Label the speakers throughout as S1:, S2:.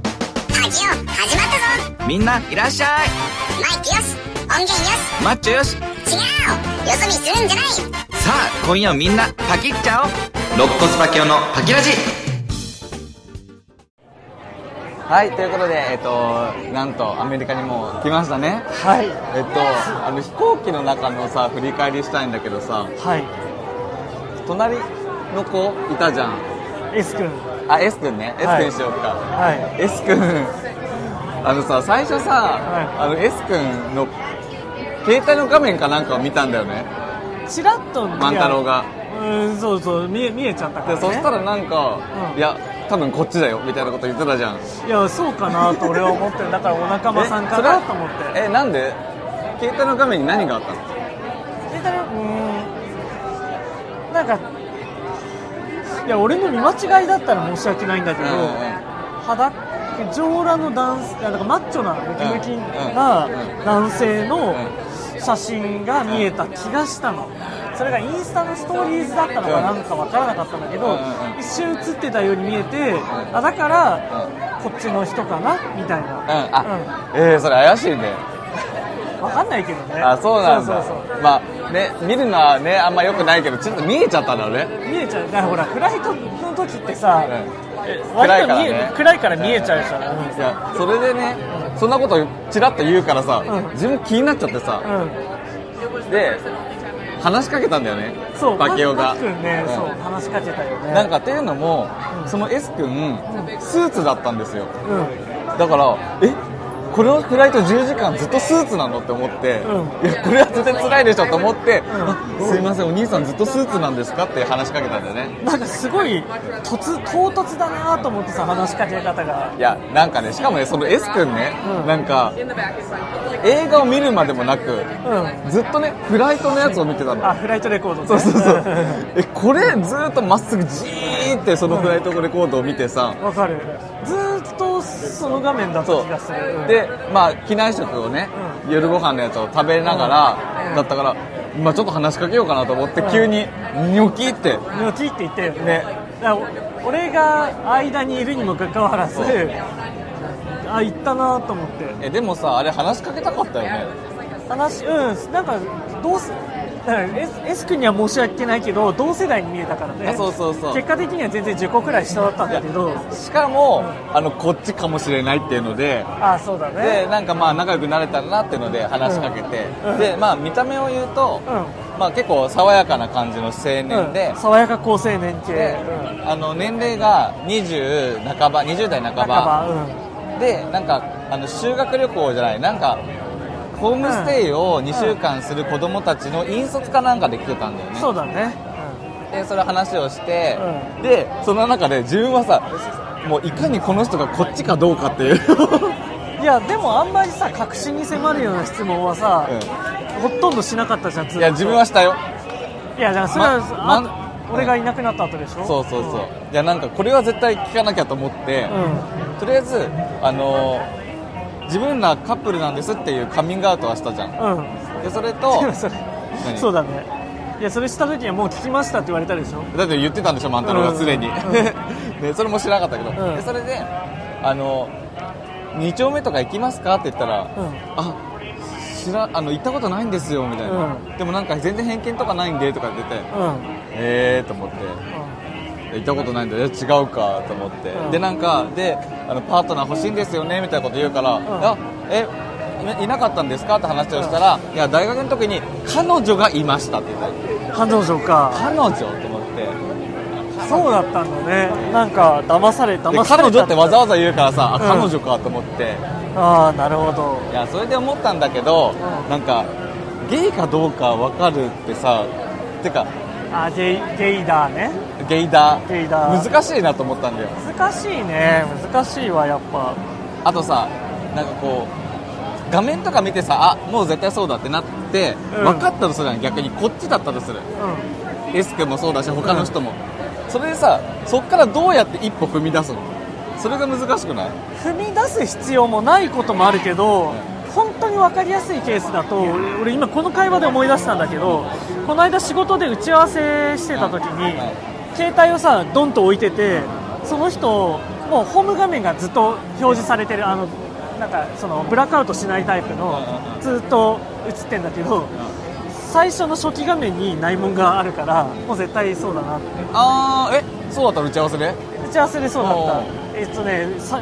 S1: ラジオ始まったぞ
S2: みんないらっしゃい
S1: マイクよし音源よ
S2: マッチョよし
S1: し違うよそ見するんじゃない
S2: さあ今夜みんなパキっちゃおう肋骨パキオのパキラジはいということでえっとなんとアメリカにもう来ましたね
S3: はい
S2: えっとあの飛行機の中のさ振り返りしたいんだけどさ
S3: は
S2: 隣の子いたじゃん
S3: い S 君
S2: あ S 君ね S
S3: はい
S2: 君しようか、
S3: は
S2: S 君あのさ最初さ、
S3: は
S2: あの S 君の携帯の画面かなんかを見たんだよね
S3: いチラッと
S2: 万太郎が
S3: うんそうそう見え見えちゃったか
S2: で
S3: ら、ね、
S2: そしたらなんか、
S3: うん
S2: いや多分こっちだよみたいなこと言ってたじゃん
S3: いやそうかなと俺は思ってるだからお仲間さんかなと思って
S2: それはえなんで携帯の画面に何があったの
S3: えだうーんなんかいや俺の見間違いだったら申し訳ないんだけど、
S2: うんうん
S3: 肌上裸の男性なんかマッチョなムキムキな
S2: うんうん
S3: 男性の
S2: う
S3: 写真が見えた気がしたのそれがインスタのストーリーズだったの
S2: う
S3: か
S2: ん
S3: なんかわからなかったんだけ
S2: うんう
S3: ど
S2: んうん
S3: 一瞬写ってたように見えて
S2: ん
S3: あだか
S2: うん
S3: らこっちの人かなみたい
S2: うん
S3: な
S2: あ、えー、それ怪しいね
S3: うんわかんないけどね
S2: あそうなんだ
S3: そうそうそう
S2: まあね見るのはねあんま良くないけどちょっと見えちゃったんだろうね
S3: 見えちゃうだからほらフライトの時ってさ、
S2: 暗いか
S3: 割と
S2: ら
S3: 見え
S2: ね
S3: 暗いから見えちゃうじゃん、
S2: いやそれでねそんなことちらっと言うからさ、
S3: うん
S2: 自分気になっちゃってさ、
S3: うん
S2: で話しかけたんだよね
S3: そう
S2: バケオが
S3: パックンね、
S2: うん
S3: そう話しかけたよね
S2: なんかっていうのも、
S3: うん
S2: その S 君スーツだったんですよ
S3: うん
S2: だからえこれのフライト10時間ずっとスーツなのって思って、
S3: う
S2: いやこれは絶対辛いでしょと思って、
S3: ん
S2: あすいませんお兄さんずっとスーツなんですかって話しかけたんだよね
S3: なんかすごい突唐突だなと思ってさ話しかけ方が
S2: いやなんかねしかもねその S 君ね、
S3: うん
S2: なんか映画を見るまでもなく
S3: う
S2: ずっとねフライトのやつを見てたの
S3: あフライトレコード、ね、
S2: そうそう そうんえこれずーっとまっすぐじーってそのフライトレコードを見てさ
S3: わかるずーっとその画面だった
S2: そ
S3: 気がする
S2: うでまあ機内食をね夜ご飯のやつを食べなが
S3: う
S2: ら
S3: ん
S2: だったからまあちょっと話しかけようかなと思って急にニョキって
S3: ニョキって言ったよね
S2: ね
S3: だからお俺が間にいるにもかかわらず
S2: そう
S3: あ行ったなと思って
S2: えでもさあれ話しかけたかったよね
S3: 話うんなんかどうすなんか S, S 君には申し訳ないけど同世代に見えたからね
S2: あそうそうそう
S3: 結果的には全然10個くらい下だったんだけど
S2: しかもあのこっちかもしれないっていうので
S3: あそうだ
S2: で
S3: ね
S2: なんかまあ仲良くなれたらなっていうので話しかけて
S3: うん
S2: でまあ見た目を言うと
S3: うん
S2: まあ結構爽やかな感じの青年で
S3: うん爽やか好青年系、
S2: で
S3: うん、
S2: あの年齢が20半ば20代半ば
S3: 半ばうん
S2: でなんかあの修学旅行じゃないなんかホームステイを2週間する子供たちの引率かなんかで来てたんだよね
S3: そうだね、
S2: でそれ話をして、
S3: う
S2: でその中で自分はさもういかにこの人がこっちかどうかって いう
S3: うん、いやでもあんまりさ確信に迫るような質問はさ、ほとんどしなかったじゃんずっ
S2: い
S3: と
S2: や自分はしたよ
S3: いやだからそれは、
S2: ま
S3: あ
S2: ま
S3: 俺がいなくなった後でしょ
S2: そうそうそういやなんかこれは絶対聞かなきゃと思って、
S3: うん、うん
S2: とりあえずあの自分らカップルなんですっていうカミングアウトはしたじゃん
S3: うん
S2: でそれ と
S3: でもそれ
S2: 何
S3: そうだねいやそれした時にはもう聞きましたって言われたでしょ
S2: だって言ってたんでしょ万太郎がすでに、
S3: うん
S2: ね、それも知らなかったけど、
S3: うん
S2: でそれであの2丁目とか行きますかって言ったら、
S3: うん
S2: あ知らあの行ったことないんですよみたいな、
S3: う
S2: でもなんか全然偏見とかないんでとか出て
S3: うん
S2: ええー、と思って行ったことないんだよ違うかと思って、
S3: うん
S2: でなんかであのパートナー欲しいんですよねみたいなこと言うから、あえいいなかったんですかって話をしたら、いや大学の時に彼女がいましたって言ったら
S3: 彼女か
S2: 彼女と思って
S3: そうだったんだねなんか騙され
S2: で
S3: 騙され
S2: 彼
S3: た
S2: 女ってわざわざ言うからさ、あ
S3: うん
S2: 彼女かと思って
S3: ああなるほど
S2: いやそれで思ったんだけど、
S3: うん
S2: なんかゲイかどうか分かるってさてか
S3: あゲイゲイだね
S2: ゲイだ
S3: ゲイだ
S2: 難しいなと思ったんだよ
S3: 難しいね難しいわやっぱ
S2: あとさなんかこう画面とか見てさあもう絶対そうだってなって、
S3: うん
S2: 分かったとするじゃん逆にこっちだったとする
S3: う
S2: S 君もそうだし他の人も、それでさそっからどうやって一歩踏み出すのそれが難しくない
S3: ん踏み出す必要もないこともあるけど本当に分かりやすいケースだと俺俺今この会話で思い出したんだけどこの間仕事で打ち合わせしてた時に、
S2: はい
S3: 携帯をさドンと置いててその人もうホーム画面がずっと表示されてるあのなんかそのブラックアウトしないタイプの
S2: うんうんうん
S3: ずっと映ってんだけど最初の初期画面にないもんがあるからもう絶対そうだなって
S2: あーえそうだったの打ち合わせで
S3: 打ち合わせでそうだ
S2: おう
S3: ったえっとねさ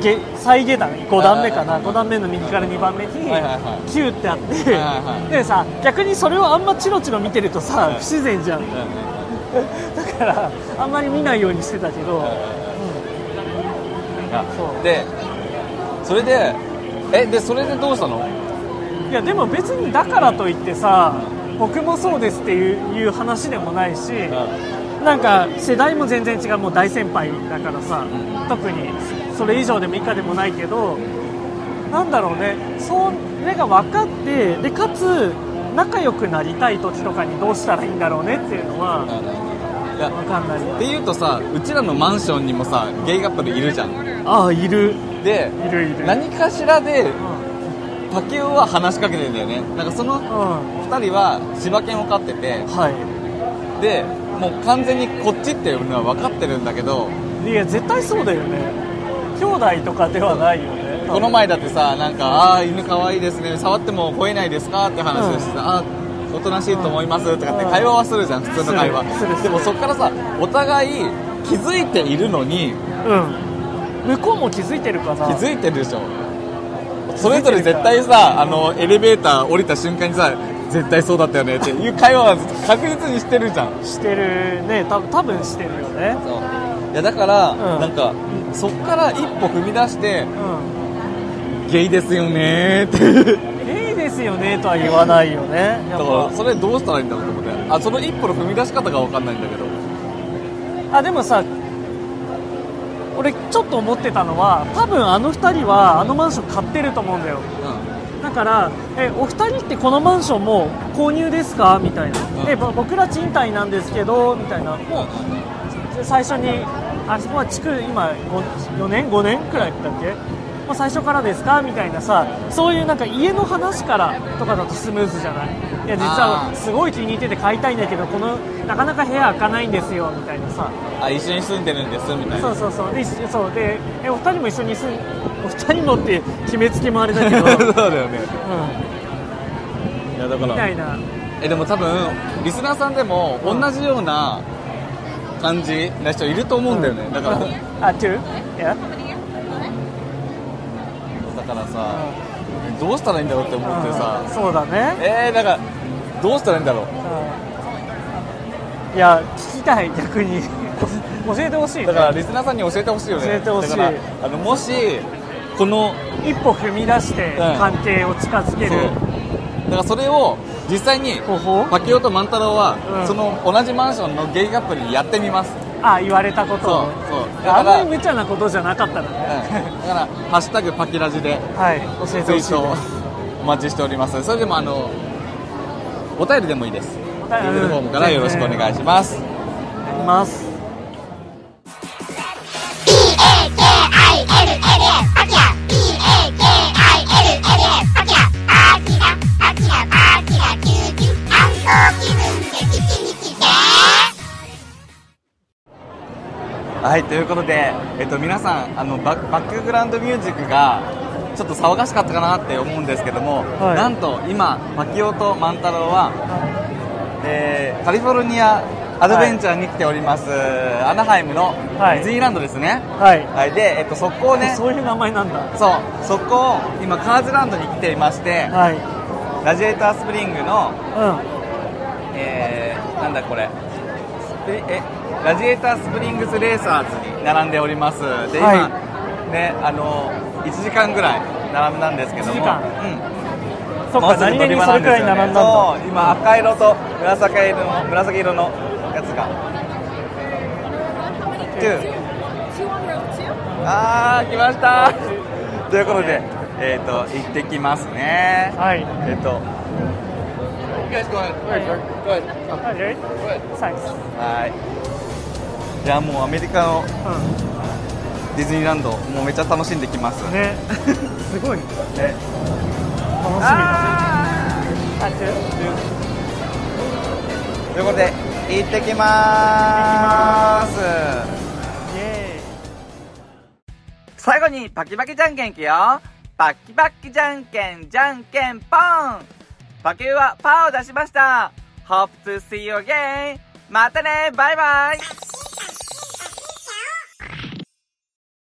S3: げ再下段5段目か
S2: は
S3: ない
S2: はいはい
S3: 5段目の右から2番目に
S2: はいはいは
S3: 9ってあって、
S2: いはい
S3: でさ逆にそれをあんまチロチロ見てるとさ、不自然じゃん だからあんまり見ないようにしてたけど、
S2: あ
S3: そう
S2: でそれでえでそれでどうしたの
S3: いやでも別にだからといってさ僕もそうですっていういう話でもないし、なんか世代も全然違うもう大先輩だからさ、特にそれ以上でも以下でもないけどなんだろうねそれが分かってでかつ仲良くなりたい時とかにどうしたらいいんだろうねっていうのは
S2: いや
S3: 分かんない
S2: っていうとさうちらのマンションにもさゲイカップルいるじゃん
S3: ああいる
S2: で
S3: いるいる
S2: 何かしらで
S3: う
S2: パケオは話しかけてるんだよねなんかその
S3: ん、うん
S2: 2人は柴犬を飼ってて
S3: は
S2: でもう完全にこっちっていうのは分かってるんだけど
S3: いいや絶対そうだよね兄弟とかではないよね
S2: この前だってさなんか「ああー犬可愛いですね触っても吠えないですか?」って話をしてさ「ああーおとなしいと思います」とかって
S3: うん
S2: 会話はするじゃん普通の会話
S3: するするする
S2: でもそっからさお互い気づいているのに
S3: うん向こうも気づいてるかな
S2: 気づいてるでしょそれぞれ絶対さあのエレベーター降りた瞬間にさ絶対そうだったよねっていう会話は確実にしてるじゃん
S3: してるねた多分してるよね
S2: そういやだから、
S3: うん
S2: なんかそっから一歩踏み出して
S3: う
S2: ゲイですよねーって
S3: んいいですよねとは言わないよねや
S2: だ
S3: っ
S2: から
S3: ぱ
S2: それどうしたらいいんだろうと思ってあその一歩の踏み出し方が分かんないんだけど
S3: あでもさ俺ちょっと思ってたのは多分あの2人はあのマンション買ってると思うんだよ
S2: う
S3: だからえお二人ってこのマンションもう購入ですかみたいな、
S2: うん
S3: でぼ僕ら賃貸なんですけどみたいなもう最初にあそこは築今4年5年くらいだっけもう最初からですかみたいなさそういうなんか家の話からとかだとスムーズじゃないいや実
S2: あ
S3: は
S2: ー
S3: すごい気に入ってて買いたいんだけどこのなかなか部屋開かないんですよみたいなさ
S2: んあ一緒に住んでるんですみたい
S3: そ
S2: な
S3: うそうそうで一緒そうでえお二人も一緒に住んお二人もって決めつけもあれ だけど、うん、み
S2: だよねいやだか
S3: た
S2: ら
S3: いな
S2: えでも多分リスナーさんでも同じような感じな人いると思うんだよね、だからだ
S3: あ、two? Yeah?
S2: からさどうしたらいいんだろうって思って
S3: うん
S2: さ
S3: そうだね。
S2: えー、なんかどうしたらいいんだろう
S3: うんいや、聞きたい、逆 に。教えてほしいね。
S2: だからリスナーさんに教えてほしいよね
S3: 教えてほしい
S2: だからあのもしこの
S3: 一歩踏み出して関係を近づける
S2: そうだからそれを実際に
S3: 方法
S2: パキオと万太郎は、
S3: うん
S2: その同じマンションのゲイカップルにやってみます、
S3: あ、言われたことを
S2: そうそう
S3: あんまり無茶なことじゃなかったら
S2: うん、
S3: ね。
S2: だから「ハッシュタグパキラジ」で
S3: はい、教
S2: ツイ
S3: えてほ
S2: ー
S3: しい
S2: トを
S3: ね。
S2: お待ちしておりますそれでもあのお便りでもいいです
S3: お
S2: Google
S3: 便り
S2: フォームからよろしくお願いします
S3: やります。
S1: B-A-K-I-L-L-S アキラ B-A-K-I-L-L-S アキラアキラアキラアキラキューキュー反抗気分で聞きに来て
S2: はいということで、えっと、皆さんあのババックグラウンドミュージックがちょっと騒がしかったかなって思うんですけども、
S3: はい
S2: なんと今パキオと万太郎はえーカリフォルニアアドベンチャーに来ております、アナハイムのデ
S3: はい
S2: ィズニーランドですね、
S3: はい。
S2: はい、で、えっと、そこをね
S3: そういう名前なんだ。
S2: そうそこを今カーズランドに来ていまして
S3: はい。
S2: ラジエータースプリングの
S3: う
S2: えー、なんだこれスプリえラジエータースプリングスレーサーズに並んでおりますで今、
S3: は
S2: ねあの1時間ぐらい並んだんですけども
S3: 一時間
S2: うん
S3: ん。そっか、何気にそれくらい並んだんだ。
S2: そう今赤色と紫色の紫色のやつが
S4: Two
S2: Two.
S4: on row two?
S2: あー来ましたということでえっ、と行ってきますね
S3: はい。
S2: えっ、と You guys go ahead. Go ahead.
S3: Okay.
S2: Go ahead.
S3: サイズ
S2: はいいやもうアメリカの
S3: う
S2: ディズニーランドもうめっちゃ楽しんできます
S3: ん。ね。すごい。楽し
S2: ね
S3: みだ。
S2: あ
S3: あ、違う
S2: ーということで行ってきまーす
S3: イエーイ
S2: 最後にパキパキじゃんけんいくよパキパキじゃんけんじゃんけんポンパキューはパーを出しました Hope to see you again またねバイバイ